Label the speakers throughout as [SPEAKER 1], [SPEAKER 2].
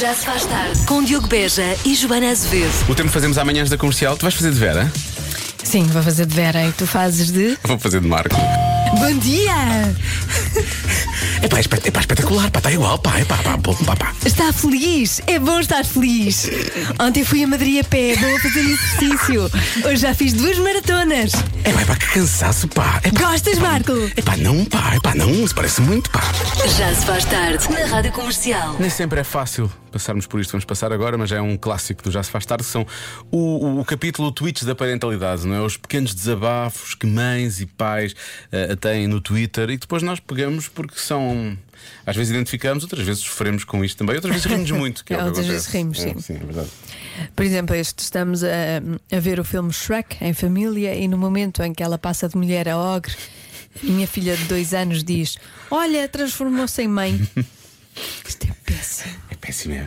[SPEAKER 1] Já se faz tarde com Diogo Beja e Joana Azevedo.
[SPEAKER 2] O tempo que fazemos amanhãs da comercial, tu vais fazer de Vera?
[SPEAKER 3] Sim, vou fazer de Vera e tu fazes de.
[SPEAKER 2] Vou fazer de Marco.
[SPEAKER 3] Bom dia!
[SPEAKER 2] É pá, é pá espetacular, pá, está igual, pá, é pá, pá, pá, pá.
[SPEAKER 3] Está feliz? É bom estar feliz! Ontem fui a Madrid a pé, vou fazer exercício. Hoje já fiz duas maratonas.
[SPEAKER 2] É pá, é pá, que cansaço, pá. É pá,
[SPEAKER 3] Gostas, Marco?
[SPEAKER 2] é pá, não, pá, é pá, não, isso parece muito, pá.
[SPEAKER 1] Já se faz tarde na Rádio Comercial.
[SPEAKER 2] Nem sempre é fácil passarmos por isto que vamos passar agora, mas é um clássico do Já Se Faz Tarde, que são o, o- o capítulo Tweets da Parentalidade, não é? Os pequenos desabafos que mães e pais eh, têm no Twitter e que depois nós pegamos porque são. Às vezes identificamos, outras vezes sofremos com isto também, outras vezes rimos muito. Que é o que
[SPEAKER 3] Outras vezes
[SPEAKER 2] acontece.
[SPEAKER 3] rimos,
[SPEAKER 2] É, sim, é verdade.
[SPEAKER 3] Por exemplo, este, estamos a, a ver o filme Shrek em família e no momento em que ela passa de mulher a ogre, minha filha de dois anos diz: Olha, transformou-se em mãe. Isto é péssimo.
[SPEAKER 2] É péssimo. é.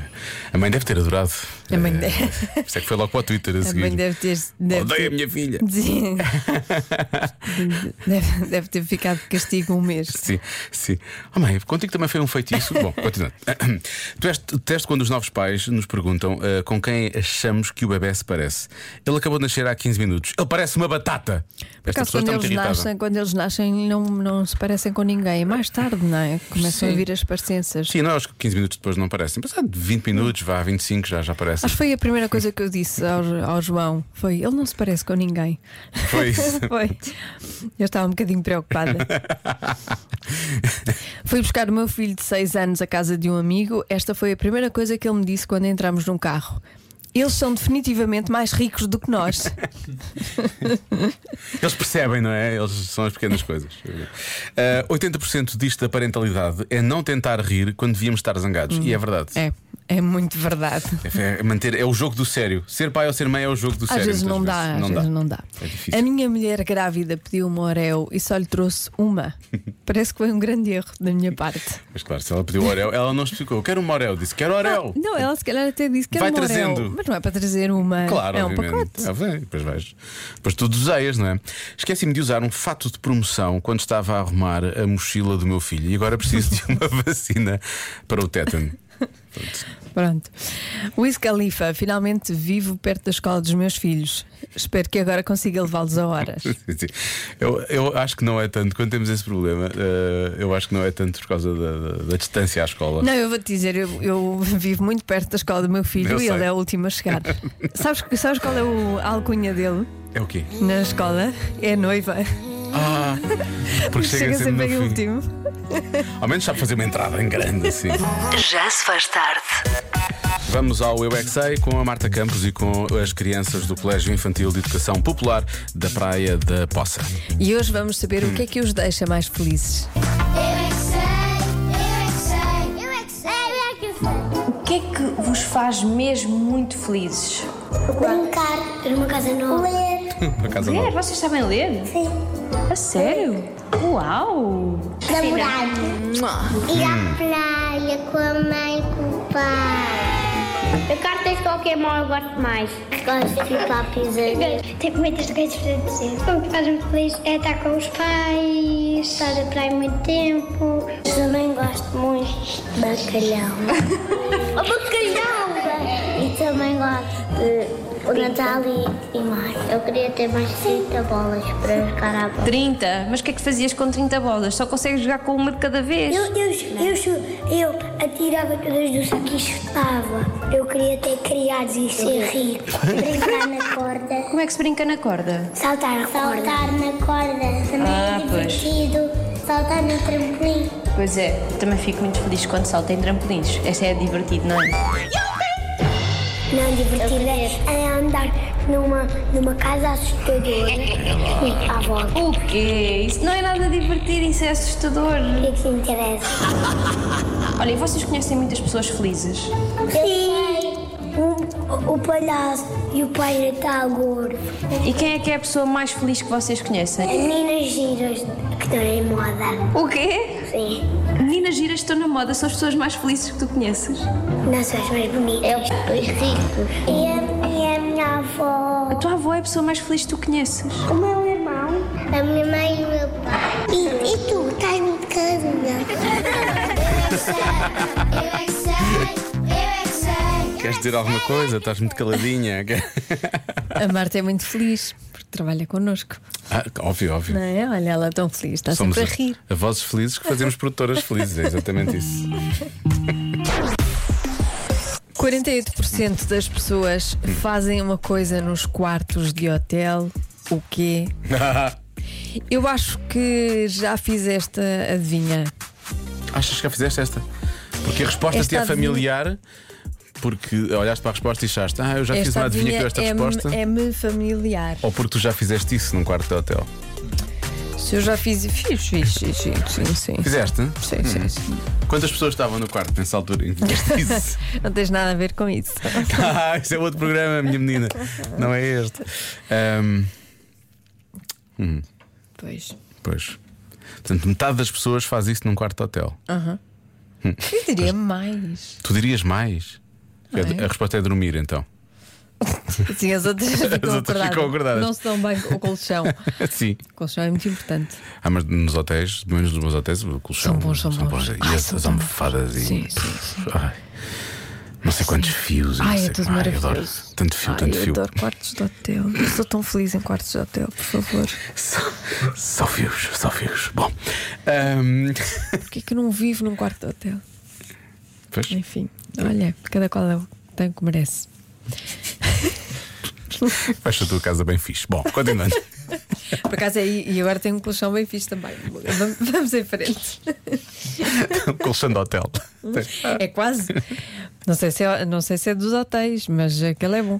[SPEAKER 2] A mãe deve ter adorado.
[SPEAKER 3] A mãe
[SPEAKER 2] Eh,
[SPEAKER 3] deve-
[SPEAKER 2] Por isso é que foi logo para o Twitter a
[SPEAKER 3] A
[SPEAKER 2] seguir.
[SPEAKER 3] mãe deve ter. Deve
[SPEAKER 2] Odeio a
[SPEAKER 3] ter-
[SPEAKER 2] minha filha.
[SPEAKER 3] Sim. deve, deve ter ficado de castigo um mês.
[SPEAKER 2] Sim, sim. Ah, mãe, contigo também foi um feitiço. Bom, continuando. Tu és teste quando os novos pais nos perguntam ah, com quem achamos que o bebê se parece. Ele acabou de nascer há 15 minutos. Ele parece uma batata.
[SPEAKER 3] Por
[SPEAKER 2] Esta pessoa
[SPEAKER 3] acaso, quando
[SPEAKER 2] está muito
[SPEAKER 3] eles,
[SPEAKER 2] irritada.
[SPEAKER 3] nascem, quando eles nascem, não, não se parecem com ninguém. É Mais tarde, não é? Começam a vir as parecenças.
[SPEAKER 2] Sim, não, acho que 15 minutos depois não parecem. Passado 20 minutos, vá, 25 já, já parecem.
[SPEAKER 3] Acho que foi a primeira coisa que eu disse ao, ao João: foi ele não se parece com ninguém.
[SPEAKER 2] Foi isso.
[SPEAKER 3] Foi. Eu estava um bocadinho preocupada. Fui buscar o meu filho de 6 anos à casa de um amigo. Esta foi a primeira coisa que ele me disse quando entramos num carro. Eles são definitivamente mais ricos do que nós.
[SPEAKER 2] Eles percebem, não é? Eles são as pequenas coisas. Ah, 80% disto da parentalidade é não tentar rir quando devíamos estar zangados. E é verdade.
[SPEAKER 3] É, é muito verdade.
[SPEAKER 2] É manter, é o jogo do sério. Ser pai ou ser mãe é o jogo do sério.
[SPEAKER 3] Às vezes
[SPEAKER 2] muitas
[SPEAKER 3] não dá, às vezes não dá.
[SPEAKER 2] É difícil.
[SPEAKER 3] a minha mulher grávida pediu uma Oreo e só lhe trouxe uma. Parece que foi um grande erro da minha parte.
[SPEAKER 2] Mas claro, se ela pediu Orel, ela não explicou. Eu quero uma Orel, disse quero Orel.
[SPEAKER 3] Ah, Não, ela se calhar até disse que era
[SPEAKER 2] Vai
[SPEAKER 3] uma Oreo,
[SPEAKER 2] trazendo.
[SPEAKER 3] mas não é para trazer uma.
[SPEAKER 2] Claro,
[SPEAKER 3] é um
[SPEAKER 2] obviamente.
[SPEAKER 3] pacote.
[SPEAKER 2] Ah, vai, depois vais. Depois tu deseias, não é? Esqueci-me de usar um fato de promoção quando estava a arrumar a mochila do meu filho e agora preciso de uma vacina para o tétano.
[SPEAKER 3] Pronto. Wiz Khalifa, finalmente vivo perto da escola dos meus filhos. Espero que agora consiga levá-los a horas.
[SPEAKER 2] Sim, sim. Eu, eu acho que não é tanto, quando temos esse problema, eh, eu acho que não é tanto por causa da, da- da distância à escola.
[SPEAKER 3] Não, eu vou te dizer, eu, eu vivo muito perto da escola do meu filho
[SPEAKER 2] Eu
[SPEAKER 3] e
[SPEAKER 2] sei.
[SPEAKER 3] ele é o último a chegar. sabes, que- sabes qual é o, a alcunha dele
[SPEAKER 2] É o quê?
[SPEAKER 3] na escola? É noiva.
[SPEAKER 2] Ah, porque chega, sempre, no
[SPEAKER 3] o
[SPEAKER 2] fim.
[SPEAKER 3] último.
[SPEAKER 2] Ao menos sabe fazer uma entrada em grande, assim.
[SPEAKER 1] Já se faz tarde.
[SPEAKER 2] Vamos ao Eu é Que Sei com a Marta Campos e com as crianças do Colégio Infantil de Educação Popular da Praia da Poça.
[SPEAKER 3] E hoje vamos saber o que é que os deixa mais felizes.
[SPEAKER 4] Eu é que sei, eu é que sei, eu é que sei, eu é que sei.
[SPEAKER 5] O que é que vos faz mesmo muito felizes?
[SPEAKER 4] Brincar, ter uma casa nova. Ler,
[SPEAKER 2] Por acaso
[SPEAKER 5] Ler?
[SPEAKER 2] não.
[SPEAKER 5] É, Vocês sabem ler?
[SPEAKER 4] sim.
[SPEAKER 5] A sério? Uau!
[SPEAKER 4] Namorar. Ir à praia com a mãe e com o pai. Eu cartas qualquer mal, eu gosto mais. Gosto de ir para a pizzaria. Tenho muitas coisas para dizer. O que faz-me feliz é estar com os pais, estar a praia muito tempo. Também gosto muito de bacalhau. O bacalhau! E também gosto de Natal e, e mais. Eu queria ter mais 30 bolas para jogar à bola.
[SPEAKER 5] 30? Mas o que é que fazias com 30 bolas? Só consegues jogar com uma de cada vez?
[SPEAKER 4] Eu, eu, eu, chu- eu atirava todas do saco e chutava. Eu queria ter criados e ser rico. Brincar na corda.
[SPEAKER 5] Como é que se brinca na corda?
[SPEAKER 4] Saltar na corda. Saltar na corda. Também
[SPEAKER 5] Ah,
[SPEAKER 4] é
[SPEAKER 5] pois.
[SPEAKER 4] divertido. Saltar no trampolim.
[SPEAKER 5] Pois é, também fico muito feliz quando salto em trampolins. Essa é divertido, não é?
[SPEAKER 4] Não, divertido é andar numa, numa casa assustadora. e à volta.
[SPEAKER 5] O quê? Isso não é nada divertido, isso é assustador.
[SPEAKER 4] O que é que te interessa?
[SPEAKER 5] Olha, e vocês conhecem muitas pessoas felizes?
[SPEAKER 4] Eu sei. O, o palhaço e o pai Natal gordo.
[SPEAKER 5] E quem é que é a pessoa mais feliz que vocês
[SPEAKER 4] As
[SPEAKER 5] conhecem?
[SPEAKER 4] meninas giras que estão em moda.
[SPEAKER 5] O quê?
[SPEAKER 4] Sim.
[SPEAKER 5] Meninas giras que estão na moda são as pessoas mais felizes que tu conheces.
[SPEAKER 4] Não são as mais bonitas. Eu, os ricos. E a, e a minha avó.
[SPEAKER 5] A tua avó é a pessoa mais feliz que tu conheces.
[SPEAKER 4] O meu irmão. A minha mãe e o meu pai. E, tu, tá estás né? muito carinha. Eu é que sei, eu é que sei, eu é que sei,
[SPEAKER 2] Queres dizer alguma coisa? Estás muito caladinha.
[SPEAKER 3] A Marta é muito feliz porque trabalha connosco.
[SPEAKER 2] Ah, óbvio, óbvio.
[SPEAKER 3] Não é? Olha ela tão feliz, está
[SPEAKER 2] Somos
[SPEAKER 3] sempre a rir.
[SPEAKER 2] a, a vozes felizes que fazemos produtoras felizes, é exatamente isso.
[SPEAKER 3] 48% das pessoas
[SPEAKER 2] Hum.
[SPEAKER 3] fazem uma coisa nos quartos de hotel. O quê? Eu acho que já fiz esta adivinha.
[SPEAKER 2] Achas que já fizeste esta? Porque a resposta
[SPEAKER 3] Esta
[SPEAKER 2] te é
[SPEAKER 3] adivinha-
[SPEAKER 2] familiar, porque olhaste para a resposta e achaste, ah, eu já fiz
[SPEAKER 3] esta
[SPEAKER 2] uma adivinha que deu esta
[SPEAKER 3] é-
[SPEAKER 2] resposta.
[SPEAKER 3] é-me familiar.
[SPEAKER 2] Ou porque tu já fizeste isso num quarto de hotel?
[SPEAKER 3] Se eu já fiz. Fiz, fiz, fiz, sim, sim, sim.
[SPEAKER 2] Fizeste? hein?
[SPEAKER 3] Sim, sim, sim.
[SPEAKER 2] Quantas pessoas estavam no quarto nessa altura em que fizeste isso?
[SPEAKER 3] Não tens nada a ver com isso.
[SPEAKER 2] ah, isso é outro programa, minha menina. Não é este. Ahm,
[SPEAKER 3] Pois.
[SPEAKER 2] pois. Portanto, metade das pessoas faz isso num quarto de hotel.
[SPEAKER 3] Eu diria mais.
[SPEAKER 2] Tu dirias mais?
[SPEAKER 3] é?
[SPEAKER 2] A resposta é dormir, então.
[SPEAKER 3] Sim, as outras ficam,
[SPEAKER 2] outras ficam acordadas.
[SPEAKER 3] Não se dão bem com o colchão.
[SPEAKER 2] Sim.
[SPEAKER 3] O colchão é muito importante.
[SPEAKER 2] Ah, mas nos hotéis, pelo menos nos meus hotéis, o colchão.
[SPEAKER 3] São bons, são bons.
[SPEAKER 2] E
[SPEAKER 3] Ai,
[SPEAKER 2] as,
[SPEAKER 3] são
[SPEAKER 2] as
[SPEAKER 3] tão
[SPEAKER 2] almofadas e.
[SPEAKER 3] bons. Sim, sim,
[SPEAKER 2] Pff, ai. não sei quantos fios. e não
[SPEAKER 3] Ai,
[SPEAKER 2] sei
[SPEAKER 3] é tudo
[SPEAKER 2] como. Ai,
[SPEAKER 3] maravilhoso.
[SPEAKER 2] adoro. Tanto fio,
[SPEAKER 3] Ai,
[SPEAKER 2] um tanto
[SPEAKER 3] eu
[SPEAKER 2] fio.
[SPEAKER 3] adoro quartos de hotel. Eu sou tão feliz em quartos de hotel, por favor.
[SPEAKER 2] Só, só fios, só fios. Bom. ahm,
[SPEAKER 3] Porquê que eu não vivo num quarto de hotel?
[SPEAKER 2] pois,
[SPEAKER 3] Enfim, olha, cada qual é o tem o que merece.
[SPEAKER 2] fecha a tua casa bem fixe. Bom, continuando.
[SPEAKER 3] Por acaso, é, e agora tenho um colchão bem fixe também. Vamos, vamos em frente.
[SPEAKER 2] colchão de hotel.
[SPEAKER 3] É quase. Não sei, se é, não sei se é dos hotéis, mas aquele é bom.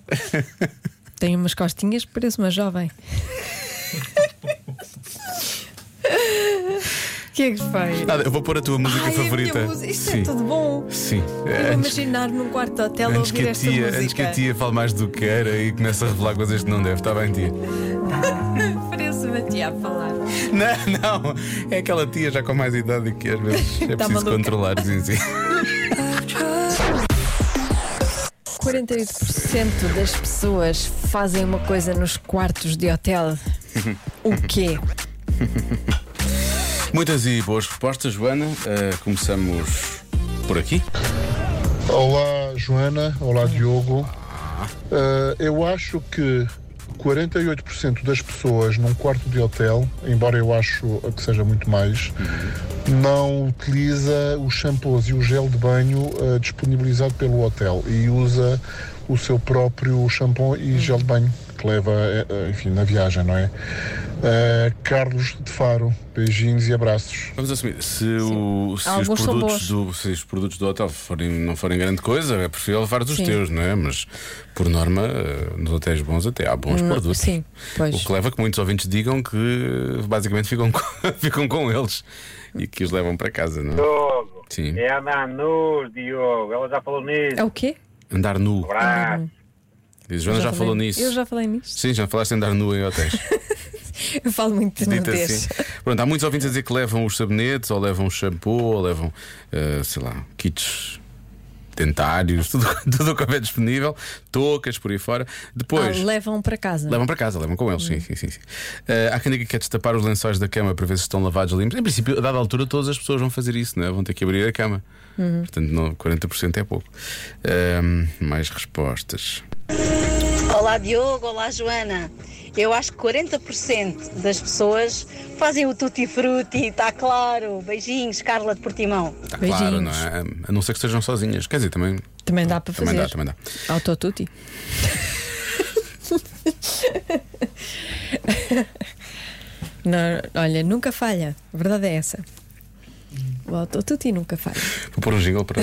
[SPEAKER 3] Tem umas costinhas, parece uma jovem. que é que faz?
[SPEAKER 2] Nada, eu vou pôr a tua música
[SPEAKER 3] Ai, é a minha
[SPEAKER 2] favorita.
[SPEAKER 3] música, isto
[SPEAKER 2] Sim.
[SPEAKER 3] é tudo bom.
[SPEAKER 2] Sim. Eh,
[SPEAKER 3] Eu
[SPEAKER 2] É, Antes-
[SPEAKER 3] imaginar num quarto de hotel a
[SPEAKER 2] Antes
[SPEAKER 3] ouvir
[SPEAKER 2] que a,
[SPEAKER 3] esta
[SPEAKER 2] tia,
[SPEAKER 3] música.
[SPEAKER 2] antes que a tia fale mais do que era e comece a revelar coisas que não deve, está bem, tia?
[SPEAKER 3] Parece-me a tia a falar.
[SPEAKER 2] Não, não, é aquela tia já com mais idade que às vezes é
[SPEAKER 3] Tá
[SPEAKER 2] preciso
[SPEAKER 3] maluca.
[SPEAKER 2] controlar. Sim, sim.
[SPEAKER 3] 48% das pessoas fazem uma coisa nos quartos de hotel. O quê?
[SPEAKER 2] Muitas e boas respostas, Joana. Ah, começamos por aqui.
[SPEAKER 6] Olá, Joana. Olá, Diogo. Eh, eu acho que 48% das pessoas num quarto de hotel, embora eu acho que seja muito mais, não utiliza os shampoos e o gel de banho eh, disponibilizado pelo hotel e usa o seu próprio shampoo e gel de banho que leva, eh, eh, enfim, na viagem, não é? Eh, Carlos de Faro, beijinhos e abraços.
[SPEAKER 2] Vamos assumir. Se, o- se os,
[SPEAKER 3] Alguns são
[SPEAKER 2] produtos do, se os produtos do hotel forem- não forem grande coisa, é preferível levar os
[SPEAKER 3] Sim.
[SPEAKER 2] teus, não é? Mas, por norma, ah, nos hotéis bons até há bons produtos.
[SPEAKER 3] sim, pois.
[SPEAKER 2] O que leva a que muitos ouvintes digam que basicamente ficam com, ficam com eles e que os levam para casa, não é?
[SPEAKER 7] Diogo.
[SPEAKER 2] Sim.
[SPEAKER 7] É a Manu, Diogo. Ela já falou nisso.
[SPEAKER 3] É o quê?
[SPEAKER 2] Andar nu.
[SPEAKER 7] Abraço.
[SPEAKER 2] Diz, Joana já, falou
[SPEAKER 3] falei-
[SPEAKER 2] nisso.
[SPEAKER 3] Eu já falei nisso.
[SPEAKER 2] Sim, já falaste em andar nu em hotéis.
[SPEAKER 3] Eu falo muito de
[SPEAKER 2] Dito
[SPEAKER 3] nudez.
[SPEAKER 2] assim. Pronto, há muitos ouvintes a dizer que levam os sabonetes, ou levam shampoo, ou levam, eh, sei lá, kits dentários, tudo tudo o que houver disponível, toucas por aí fora. Depois.
[SPEAKER 3] Ah, levam para casa.
[SPEAKER 2] Levam para casa, levam com eles, sim, sim, sim. sim. Eh, há quem diga que quer destapar os lençóis da cama para ver se estão lavados ou limpos. Em princípio, a dada altura, todas as pessoas vão fazer isso, não é? Vão ter que abrir a cama.
[SPEAKER 3] Uhum.
[SPEAKER 2] Portanto, não, 40% é pouco. Ahm, mais respostas.
[SPEAKER 8] Olá Diogo, olá Joana. Eu acho que 40% das pessoas fazem o tutti frutti, está claro. Beijinhos, Carla de Portimão.
[SPEAKER 2] Está claro,
[SPEAKER 3] Beijinhos.
[SPEAKER 2] não é? A não ser que estejam sozinhas. Quer dizer, também.
[SPEAKER 3] Também dá para fazer.
[SPEAKER 2] Também dá, também dá.
[SPEAKER 3] Autotuti. Não, olha, nunca falha. A verdade é essa. O autotuti nunca falha.
[SPEAKER 2] Vou pôr um jingle para.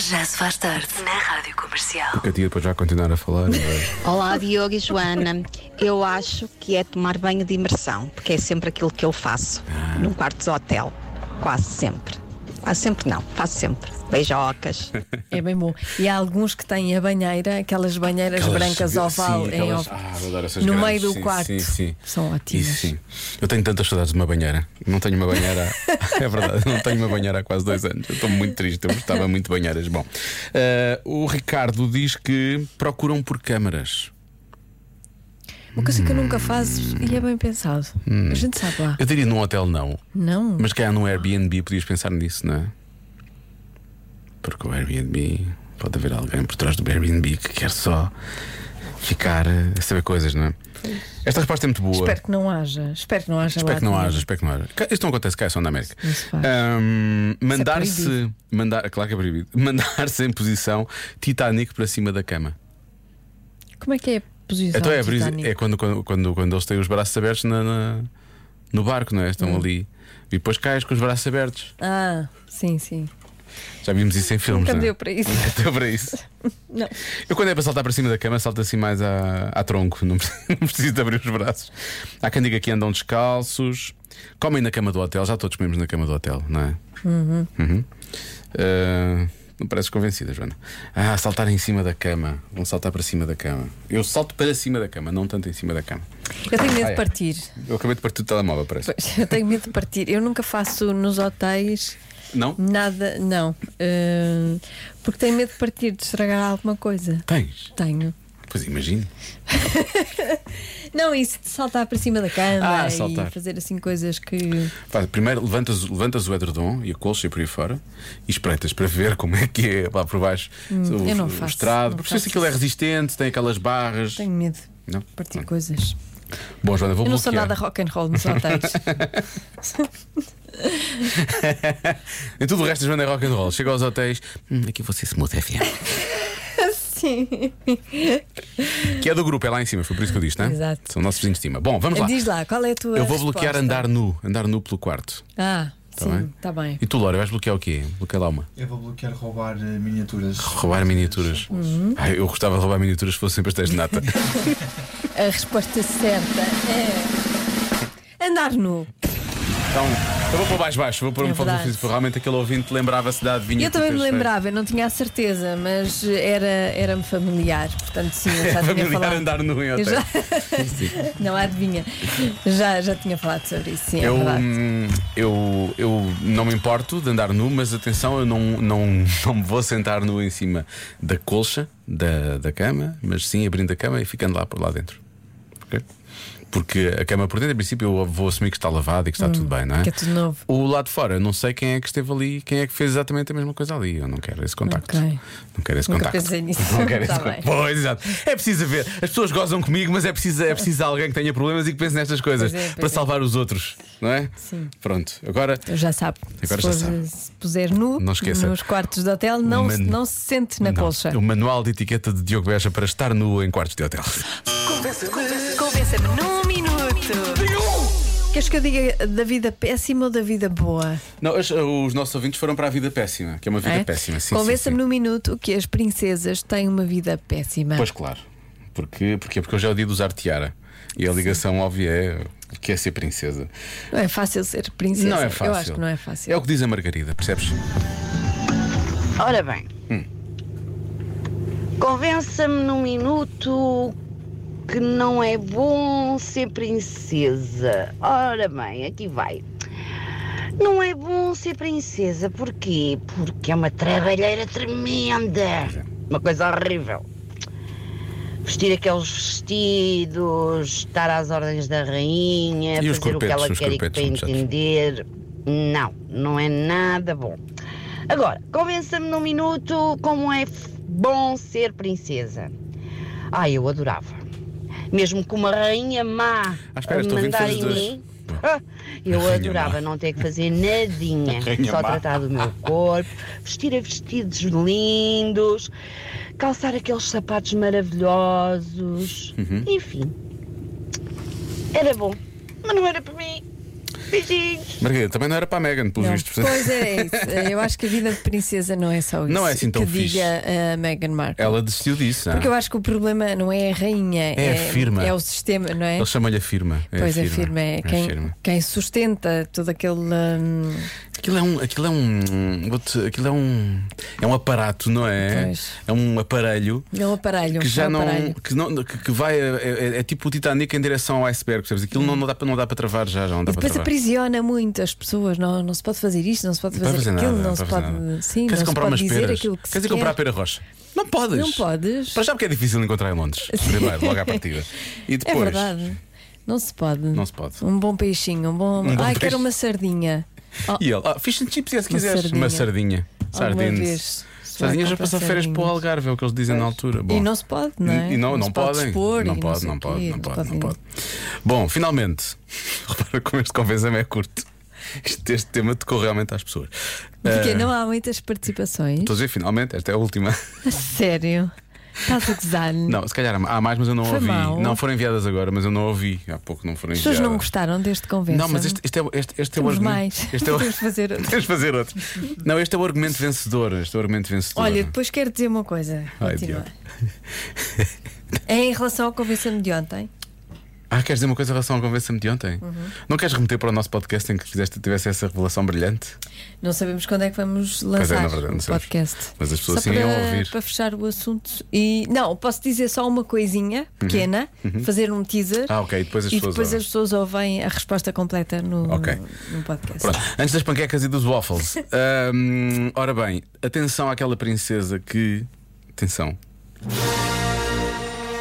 [SPEAKER 1] Já se faz tarde na Rádio Comercial.
[SPEAKER 2] Que a tia depois vai continuar a falar. é? mas-
[SPEAKER 8] Olá Diogo e Joana. Eu acho que é tomar banho de imersão, porque é sempre aquilo que eu faço num quarto de hotel. Quase sempre. Quase sempre não, faço sempre. Beijocas.
[SPEAKER 3] É bem bom. E há alguns que têm a banheira, aquelas banheiras brancas oval
[SPEAKER 2] Sim,
[SPEAKER 3] em
[SPEAKER 2] aquelas-
[SPEAKER 3] oval.
[SPEAKER 2] Ah, eu adoro essas
[SPEAKER 3] no
[SPEAKER 2] grandes.
[SPEAKER 3] meio do
[SPEAKER 2] Sim,
[SPEAKER 3] quarto.
[SPEAKER 2] Sim, sim.
[SPEAKER 3] São ótimas.
[SPEAKER 2] Isso, sim. Eu tenho tantas saudades de uma banheira. Não tenho uma banheira. há- é verdade, não tenho uma banheira há quase dois anos. Eu estou muito triste, eu gostava muito de banheiras. Bom, eh, o Ricardo diz que procuram por câmaras.
[SPEAKER 3] Uma coisa que eu
[SPEAKER 2] Hum.
[SPEAKER 3] nunca faço e é bem pensado. A gente sabe lá.
[SPEAKER 2] Eu diria num hotel não,
[SPEAKER 3] Não.
[SPEAKER 2] mas cá no Airbnb podias pensar nisso, não é? Porque o Airbnb Pode haver alguém por trás do Airbnb que quer só ficar eh, a saber coisas, não é? Esta resposta é muito boa.
[SPEAKER 3] Espero que não haja. Espero que não haja.
[SPEAKER 2] Espero
[SPEAKER 3] lá
[SPEAKER 2] que não
[SPEAKER 3] também.
[SPEAKER 2] haja, espero que não haja. Cá- Isto não acontece cá, é só na América.
[SPEAKER 3] Não se faz.
[SPEAKER 2] Ahm,
[SPEAKER 3] Isso é
[SPEAKER 2] Mandar-se. Mandar, claro que é proibido. Mandar-se em posição Titanic para cima da cama.
[SPEAKER 3] Como é que é a posição?
[SPEAKER 2] Ah. então é,
[SPEAKER 3] do
[SPEAKER 2] por isso-
[SPEAKER 3] Titanic?
[SPEAKER 2] é quando, quando, quando, quando eles têm os braços abertos na- na- no barco, não é?
[SPEAKER 3] Hum.
[SPEAKER 2] Estão ali. E depois cais com os braços abertos.
[SPEAKER 3] Ah, sim, sim.
[SPEAKER 2] Já vimos isso em filmes.
[SPEAKER 3] Nunca
[SPEAKER 2] não é?
[SPEAKER 3] deu para isso.
[SPEAKER 2] Deu para isso.
[SPEAKER 3] Não.
[SPEAKER 2] Eu, quando é para saltar para cima da cama, salto assim mais à, à tronco. Não preciso, não preciso de abrir os braços. Há quem diga que andam descalços, comem na cama do hotel. Já todos comemos na cama do hotel, não é? Uhum. Ah, não pareces convencida, Joana. Ah, saltar em cima da cama. Vão saltar para cima da cama. Eu salto para cima da cama, não tanto em cima da cama.
[SPEAKER 3] Eu tenho medo
[SPEAKER 2] Ah, é.
[SPEAKER 3] de partir.
[SPEAKER 2] Eu acabei de partir do telemóvel, parece.
[SPEAKER 3] Pois, eu tenho medo de partir. Eu nunca faço nos hotéis
[SPEAKER 2] Não?
[SPEAKER 3] nada, não. Eh, porque tenho medo de partir, de estragar alguma coisa.
[SPEAKER 2] Tens?
[SPEAKER 3] Tenho.
[SPEAKER 2] Pois imagino.
[SPEAKER 3] Não, isso de saltar para cima da
[SPEAKER 2] Ah,
[SPEAKER 3] cama
[SPEAKER 2] saltar.
[SPEAKER 3] e fazer assim coisas que.
[SPEAKER 2] Pá, Primeiro levantas, levantas o edredom e a colcha e por aí fora e espreitas para ver como é que é lá por baixo o,
[SPEAKER 3] Hum, eu não
[SPEAKER 2] o
[SPEAKER 3] faço,
[SPEAKER 2] estrado,
[SPEAKER 3] não
[SPEAKER 2] perceber se
[SPEAKER 3] faço
[SPEAKER 2] aquilo é
[SPEAKER 3] isso.
[SPEAKER 2] resistente, se tem aquelas barras.
[SPEAKER 3] Tenho medo de
[SPEAKER 2] Não?
[SPEAKER 3] partir
[SPEAKER 2] Pronto.
[SPEAKER 3] coisas.
[SPEAKER 2] Bom, Joana, vou
[SPEAKER 3] Eu não sou
[SPEAKER 2] bloquear.
[SPEAKER 3] nada rock and roll nos hotéis.
[SPEAKER 2] Em tudo o resto, a Joana é rock and roll. Chega aos hotéis, hum, aqui você se muda, FM.
[SPEAKER 3] Sim.
[SPEAKER 2] que é do grupo, é lá em cima, foi por isso que eu disse, não é?
[SPEAKER 3] Exato.
[SPEAKER 2] São nossos vizinhos de cima. Bom, vamos lá.
[SPEAKER 3] Diz lá, qual é a tua.
[SPEAKER 2] Eu vou bloquear
[SPEAKER 3] resposta?
[SPEAKER 2] andar nu, andar nu pelo quarto.
[SPEAKER 3] Ah,
[SPEAKER 2] Tá
[SPEAKER 3] sim,
[SPEAKER 2] bem?
[SPEAKER 3] está bem.
[SPEAKER 2] E tu, Laura, vais bloquear o quê? Bloqueia lá uma.
[SPEAKER 9] Eu vou bloquear roubar eh, miniaturas.
[SPEAKER 2] Roubar miniaturas.
[SPEAKER 3] Uhum.
[SPEAKER 2] Ai, eu gostava de roubar miniaturas se fossem pastéis de nata.
[SPEAKER 3] A resposta certa é. Andar nu.
[SPEAKER 2] Então, eu vou para baixo baixo, vou pôr um
[SPEAKER 3] É
[SPEAKER 2] foto
[SPEAKER 3] verdade.
[SPEAKER 2] físico. Realmente aquele ouvinte lembrava-se da adivinha.
[SPEAKER 3] Eu
[SPEAKER 2] que
[SPEAKER 3] também me
[SPEAKER 2] fez.
[SPEAKER 3] lembrava, eu não tinha a certeza, mas era- era-me familiar. Portanto, sim, eu já
[SPEAKER 2] É
[SPEAKER 3] tinha
[SPEAKER 2] familiar
[SPEAKER 3] falado.
[SPEAKER 2] andar no em
[SPEAKER 3] Eu
[SPEAKER 2] hotel.
[SPEAKER 3] já...
[SPEAKER 2] Sim.
[SPEAKER 3] Não, adivinha. Já, já tinha falado sobre isso, sim, é
[SPEAKER 2] Eu,
[SPEAKER 3] verdade.
[SPEAKER 2] hum, eu, eu não me importo de andar nu, mas atenção, eu não, não, não me vou sentar nu em cima da colcha da, da cama, mas sim abrindo a cama e ficando lá por lá dentro. Ok? Porque a cama por dentro, a princípio, eu vou assumir que está lavada e que está tudo bem, não é?
[SPEAKER 3] que é tudo novo.
[SPEAKER 2] O lado de fora, eu não sei quem é que esteve ali, quem é que fez exatamente a mesma coisa ali. Eu não quero esse contacto.
[SPEAKER 3] Ok.
[SPEAKER 2] Não quero esse
[SPEAKER 3] Nunca
[SPEAKER 2] contacto.
[SPEAKER 3] pensei nisso.
[SPEAKER 2] Não quero
[SPEAKER 3] Tá
[SPEAKER 2] esse
[SPEAKER 3] bem.
[SPEAKER 2] contacto. Pois, exato. É preciso ver. As pessoas gozam comigo, mas é preciso, é preciso alguém que tenha problemas e que pense nestas coisas
[SPEAKER 3] Pois é, pois
[SPEAKER 2] para
[SPEAKER 3] é.
[SPEAKER 2] salvar os outros, não é?
[SPEAKER 3] Sim.
[SPEAKER 2] Pronto, agora.
[SPEAKER 3] Eu já sabe.
[SPEAKER 2] Agora
[SPEAKER 3] se,
[SPEAKER 2] já sabe.
[SPEAKER 3] se puser nu
[SPEAKER 2] Não esqueça.
[SPEAKER 3] nos quartos de hotel, não, se-
[SPEAKER 2] Mano-
[SPEAKER 3] não se sente na
[SPEAKER 2] Não,
[SPEAKER 3] colcha.
[SPEAKER 2] O manual de etiqueta de Diogo Beja para estar nu em quartos de hotel.
[SPEAKER 1] Convença-me num minuto.
[SPEAKER 3] Queres que eu diga da vida péssima ou da vida boa?
[SPEAKER 2] Não, os, os nossos ouvintes foram para a vida péssima, que é uma vida
[SPEAKER 3] É?
[SPEAKER 2] péssima. Sim,
[SPEAKER 3] Convença-me
[SPEAKER 2] sim, sim.
[SPEAKER 3] num minuto que as princesas têm uma vida péssima.
[SPEAKER 2] Pois claro. Porque, porque, porque hoje é o dia de usar tiara. E a ligação óbvia é o que é ser princesa.
[SPEAKER 3] Não é fácil ser princesa.
[SPEAKER 2] Não é fácil.
[SPEAKER 3] Eu acho que não é fácil.
[SPEAKER 2] É o que diz a Margarida, percebes?
[SPEAKER 10] Ora bem, convença-me num minuto que não é bom ser princesa. Ora bem, aqui vai. Não é bom ser princesa, porquê? Porque é uma trabalheira tremenda. Uma coisa horrível. Vestir aqueles vestidos, estar às ordens da rainha,
[SPEAKER 2] E os
[SPEAKER 10] fazer o que
[SPEAKER 2] corpetes,
[SPEAKER 10] ela
[SPEAKER 2] os
[SPEAKER 10] quer e que
[SPEAKER 2] corpetes,
[SPEAKER 10] para
[SPEAKER 2] muchachos?
[SPEAKER 10] entender. Não, não é nada bom. Agora, convença-me num minuto como é f- bom ser princesa. Ai, Ah, eu adorava. Mesmo com uma rainha má
[SPEAKER 2] Ah, espera,
[SPEAKER 10] a
[SPEAKER 2] estou a ouvir
[SPEAKER 10] mandar
[SPEAKER 2] todos
[SPEAKER 10] em
[SPEAKER 2] os dois.
[SPEAKER 10] mim, ah, eu
[SPEAKER 2] Rainha
[SPEAKER 10] adorava
[SPEAKER 2] má.
[SPEAKER 10] não ter que fazer nadinha.
[SPEAKER 2] Rainha
[SPEAKER 10] Só
[SPEAKER 2] má.
[SPEAKER 10] tratar do meu corpo, vestir a vestidos lindos, calçar aqueles sapatos maravilhosos.
[SPEAKER 2] Uhum.
[SPEAKER 10] Enfim, era bom, mas não era para mim. Beijinhos.
[SPEAKER 2] Margarida, também não era para a Megan, pelo
[SPEAKER 3] Não.
[SPEAKER 2] visto.
[SPEAKER 3] Pois é, isso. Eu acho que a vida de princesa não é só isso.
[SPEAKER 2] Não é assim tão
[SPEAKER 3] que
[SPEAKER 2] fixe.
[SPEAKER 3] diga a Meghan Markle.
[SPEAKER 2] Ela desistiu disso. não é?
[SPEAKER 3] Porque eu acho que o problema não é a rainha,
[SPEAKER 2] É a firma.
[SPEAKER 3] É o sistema, não é?
[SPEAKER 2] Eles chamam-lhe a firma. É
[SPEAKER 3] pois
[SPEAKER 2] a
[SPEAKER 3] a firma é quem,
[SPEAKER 2] firma.
[SPEAKER 3] quem sustenta todo aquele. hum,
[SPEAKER 2] Aquilo é um. Aquilo é um. vou-te- Aquilo é um. É um aparato, não é?
[SPEAKER 3] Pois.
[SPEAKER 2] É um aparelho.
[SPEAKER 3] É um aparelho.
[SPEAKER 2] Que já
[SPEAKER 3] é um
[SPEAKER 2] não. Tá
[SPEAKER 3] aparelho.
[SPEAKER 2] Que, não que, que vai. É, é- é tipo o Titanic em direção ao iceberg, percebes? Aquilo não, não, dá, para- não dá para travar já, já não dá
[SPEAKER 3] E
[SPEAKER 2] para
[SPEAKER 3] depois é
[SPEAKER 2] travar.
[SPEAKER 3] aprisiona muito as pessoas. Não, não se pode fazer isto, não se pode
[SPEAKER 2] Não
[SPEAKER 3] fazer,
[SPEAKER 2] vai fazer
[SPEAKER 3] aquilo,
[SPEAKER 2] nada,
[SPEAKER 3] não se
[SPEAKER 2] vai
[SPEAKER 3] pode.
[SPEAKER 2] fazer nada.
[SPEAKER 3] Sim,
[SPEAKER 2] Queres
[SPEAKER 3] não se
[SPEAKER 2] comprar
[SPEAKER 3] pode
[SPEAKER 2] umas
[SPEAKER 3] dizer
[SPEAKER 2] peras?
[SPEAKER 3] aquilo que se
[SPEAKER 2] Queres ir
[SPEAKER 3] quer.
[SPEAKER 2] comprar a pera rocha? Não podes.
[SPEAKER 3] Não podes.
[SPEAKER 2] Para já porque é difícil encontrar em Londres. Primeiro, logo à partida. E
[SPEAKER 3] É
[SPEAKER 2] depois.
[SPEAKER 3] verdade. Não se pode.
[SPEAKER 2] Não se pode.
[SPEAKER 3] Um bom peixinho, um bom.
[SPEAKER 2] Um bom
[SPEAKER 3] Ai,
[SPEAKER 2] peixe.
[SPEAKER 3] quero uma sardinha. Oh,
[SPEAKER 2] E ele, ah, fish and chips, e se
[SPEAKER 3] Uma
[SPEAKER 2] quiseres. Uma sardinha.
[SPEAKER 3] alguma
[SPEAKER 2] Sardines.
[SPEAKER 3] vez
[SPEAKER 2] Sardinhas já
[SPEAKER 3] comprar
[SPEAKER 2] passar férias para o
[SPEAKER 3] sardinhas.
[SPEAKER 2] Algarve, é o que eles dizem na altura. Bom.
[SPEAKER 3] E não se pode, não é?
[SPEAKER 2] E não, não,
[SPEAKER 3] se
[SPEAKER 2] podem.
[SPEAKER 3] Expor,
[SPEAKER 2] não
[SPEAKER 3] e
[SPEAKER 2] pode,
[SPEAKER 3] sei
[SPEAKER 2] não
[SPEAKER 3] o
[SPEAKER 2] pode,
[SPEAKER 3] quê,
[SPEAKER 2] não pode, não pode. Bom, finalmente, repara como este convenção é curto. Este, este tema tocou realmente às pessoas.
[SPEAKER 3] Porque
[SPEAKER 2] Ah,
[SPEAKER 3] não há muitas participações.
[SPEAKER 2] Estou a dizer finalmente, esta é a última.
[SPEAKER 3] A sério. Estás a gozar
[SPEAKER 2] Não, se calhar há mais, mas eu não
[SPEAKER 3] Foi
[SPEAKER 2] ouvi.
[SPEAKER 3] mau.
[SPEAKER 2] Não foram enviadas agora, mas eu não ouvi. Há pouco não foram
[SPEAKER 3] As pessoas
[SPEAKER 2] enviadas.
[SPEAKER 3] não gostaram deste convenção.
[SPEAKER 2] Não, mas este, este é, o- este, este é o
[SPEAKER 3] Temos
[SPEAKER 2] argumento.
[SPEAKER 3] mais.
[SPEAKER 2] Este é o...
[SPEAKER 3] Temos de fazer outro.
[SPEAKER 2] Tens de fazer outro. Não, este é o argumento vencedor. Este é o argumento vencedor.
[SPEAKER 3] Olha, depois quero dizer uma coisa.
[SPEAKER 2] Ai,
[SPEAKER 3] Continua.
[SPEAKER 2] Diogo.
[SPEAKER 3] É em relação ao convenção de ontem.
[SPEAKER 2] Ah, queres dizer uma coisa em relação ao convença-me de ontem?
[SPEAKER 3] Uhum.
[SPEAKER 2] Não queres remeter para o nosso podcast em que fizeste, tivesse essa revelação brilhante?
[SPEAKER 3] Não sabemos quando é que vamos
[SPEAKER 2] Pois é,
[SPEAKER 3] lançar
[SPEAKER 2] na verdade, não
[SPEAKER 3] o
[SPEAKER 2] sabemos.
[SPEAKER 3] podcast.
[SPEAKER 2] Mas as pessoas sim
[SPEAKER 3] só para,
[SPEAKER 2] iam ouvir.
[SPEAKER 3] para fechar o assunto. E não, posso dizer só uma coisinha pequena, fazer um teaser.
[SPEAKER 2] Uhum. Ah, ok, depois as
[SPEAKER 3] e
[SPEAKER 2] pessoas
[SPEAKER 3] depois
[SPEAKER 2] ouvem.
[SPEAKER 3] as pessoas ouvem a resposta completa no,
[SPEAKER 2] Ok.
[SPEAKER 3] no podcast.
[SPEAKER 2] Pronto, antes das panquecas e dos waffles. Hum, ora bem, atenção àquela princesa que. Atenção.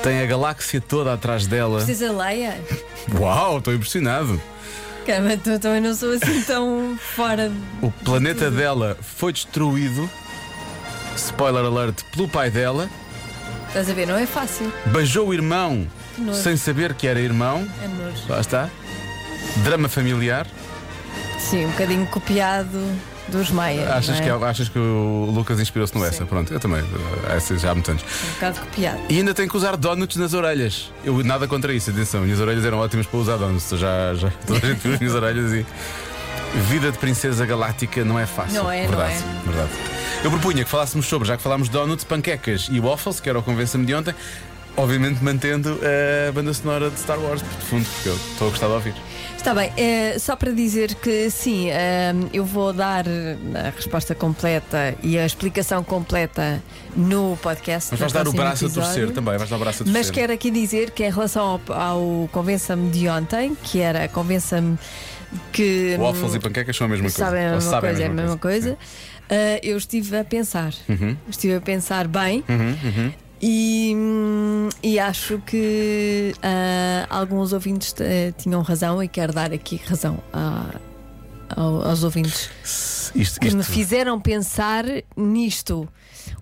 [SPEAKER 2] Tem a galáxia toda atrás dela.
[SPEAKER 3] Precisa Leia?
[SPEAKER 2] Uau, estou impressionado.
[SPEAKER 3] Caramba, tu também não sou assim tão fora.
[SPEAKER 2] O planeta dela foi destruído. Spoiler alert, pelo pai dela.
[SPEAKER 3] Estás a ver? Não é fácil.
[SPEAKER 2] Beijou o irmão
[SPEAKER 3] Que nojo.
[SPEAKER 2] sem saber que era irmão.
[SPEAKER 3] É nojo.
[SPEAKER 2] Lá está. Drama familiar.
[SPEAKER 3] Sim, um bocadinho copiado dos Maia.
[SPEAKER 2] Achas,
[SPEAKER 3] não
[SPEAKER 2] que,
[SPEAKER 3] é?
[SPEAKER 2] achas que o Lucas inspirou-se no essa? Pronto, eu também. eh, Essa já há muitos anos.
[SPEAKER 3] Um bocado copiado.
[SPEAKER 2] E ainda tem que usar donuts nas orelhas. Eu nada contra isso, atenção. Minhas orelhas eram ótimas para usar donuts. Eu Já, já, toda a gente viu as minhas orelhas e. Vida de princesa galáctica não é fácil.
[SPEAKER 3] Não é, não
[SPEAKER 2] verdade, verdade. Eu propunha que falássemos sobre, já que falámos de donuts, panquecas e waffles, que era o convença-me de ontem, obviamente mantendo eh, a banda sonora de Star Wars por de fundo, porque eu estou a gostar de ouvir.
[SPEAKER 3] Está bem, eh, só para dizer que sim, eh, eu vou dar eh, a resposta completa e a explicação completa no podcast.
[SPEAKER 2] Mas
[SPEAKER 3] no
[SPEAKER 2] vais dar o
[SPEAKER 3] próximo
[SPEAKER 2] braço a
[SPEAKER 3] episódio.
[SPEAKER 2] torcer também, vais dar o braço a torcer.
[SPEAKER 3] Mas quero aqui dizer que em relação ao, ao Convença-me de ontem, que era Convença-me que.
[SPEAKER 2] Waffles e panquecas são a mesma Uhum. coisa.
[SPEAKER 3] Sabem a
[SPEAKER 2] Ou
[SPEAKER 3] mesma
[SPEAKER 2] sabem
[SPEAKER 3] coisa, é a mesma coisa. Ah, eu estive a pensar. Estive a pensar bem.
[SPEAKER 2] Uhum,
[SPEAKER 3] E, hum, e acho que ah, alguns ouvintes eh, tinham razão e quero dar aqui razão a- ao- aos ouvintes
[SPEAKER 2] Sim. Isto,
[SPEAKER 3] que me
[SPEAKER 2] isto,
[SPEAKER 3] fizeram pensar nisto.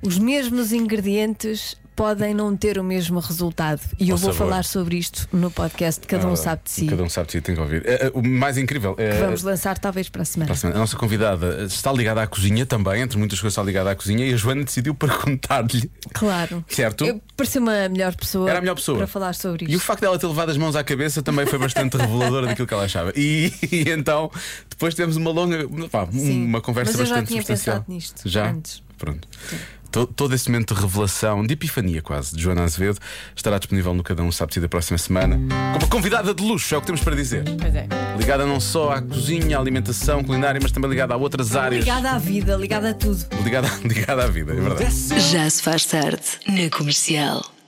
[SPEAKER 3] Os mesmos ingredientes podem não ter o mesmo resultado. E eu
[SPEAKER 2] Ou
[SPEAKER 3] vou
[SPEAKER 2] sabor.
[SPEAKER 3] falar sobre isto no podcast Cada um
[SPEAKER 2] Ah,
[SPEAKER 3] sabe de si.
[SPEAKER 2] Cada um sabe de si, tem que ouvir. Eh, eh, o mais incrível é.
[SPEAKER 3] Que vamos lançar talvez para a semana.
[SPEAKER 2] Para a semana. A nossa convidada está ligada à cozinha também, entre muitas coisas está ligada à cozinha, e a Joana decidiu perguntar-lhe,
[SPEAKER 3] Claro.
[SPEAKER 2] certo?
[SPEAKER 3] Eu pareceu uma melhor pessoa,
[SPEAKER 2] Era a melhor pessoa.
[SPEAKER 3] para falar sobre
[SPEAKER 2] E o
[SPEAKER 3] isto.
[SPEAKER 2] facto dela ter levado as mãos à cabeça também foi bastante revelador daquilo que ela achava. E, e então, depois tivemos uma longa, pá, um,
[SPEAKER 3] Sim,
[SPEAKER 2] uma conversa
[SPEAKER 3] mas eu já
[SPEAKER 2] bastante
[SPEAKER 3] tinha
[SPEAKER 2] substancial.
[SPEAKER 3] pensado nisto
[SPEAKER 2] já?
[SPEAKER 3] antes.
[SPEAKER 2] Pronto. To- Todo esse momento de revelação, de epifania quase, de Joana Azevedo, estará disponível no Cada Um Sabe da próxima semana. Como convidada de luxo, é o que temos para dizer.
[SPEAKER 3] Pois é.
[SPEAKER 2] Ligada não só à cozinha, à alimentação, culinária, mas também ligada a outras áreas.
[SPEAKER 3] Ligada à vida, ligada a tudo.
[SPEAKER 2] Ligada, ligada à vida, é verdade.
[SPEAKER 1] Já se faz tarde na comercial.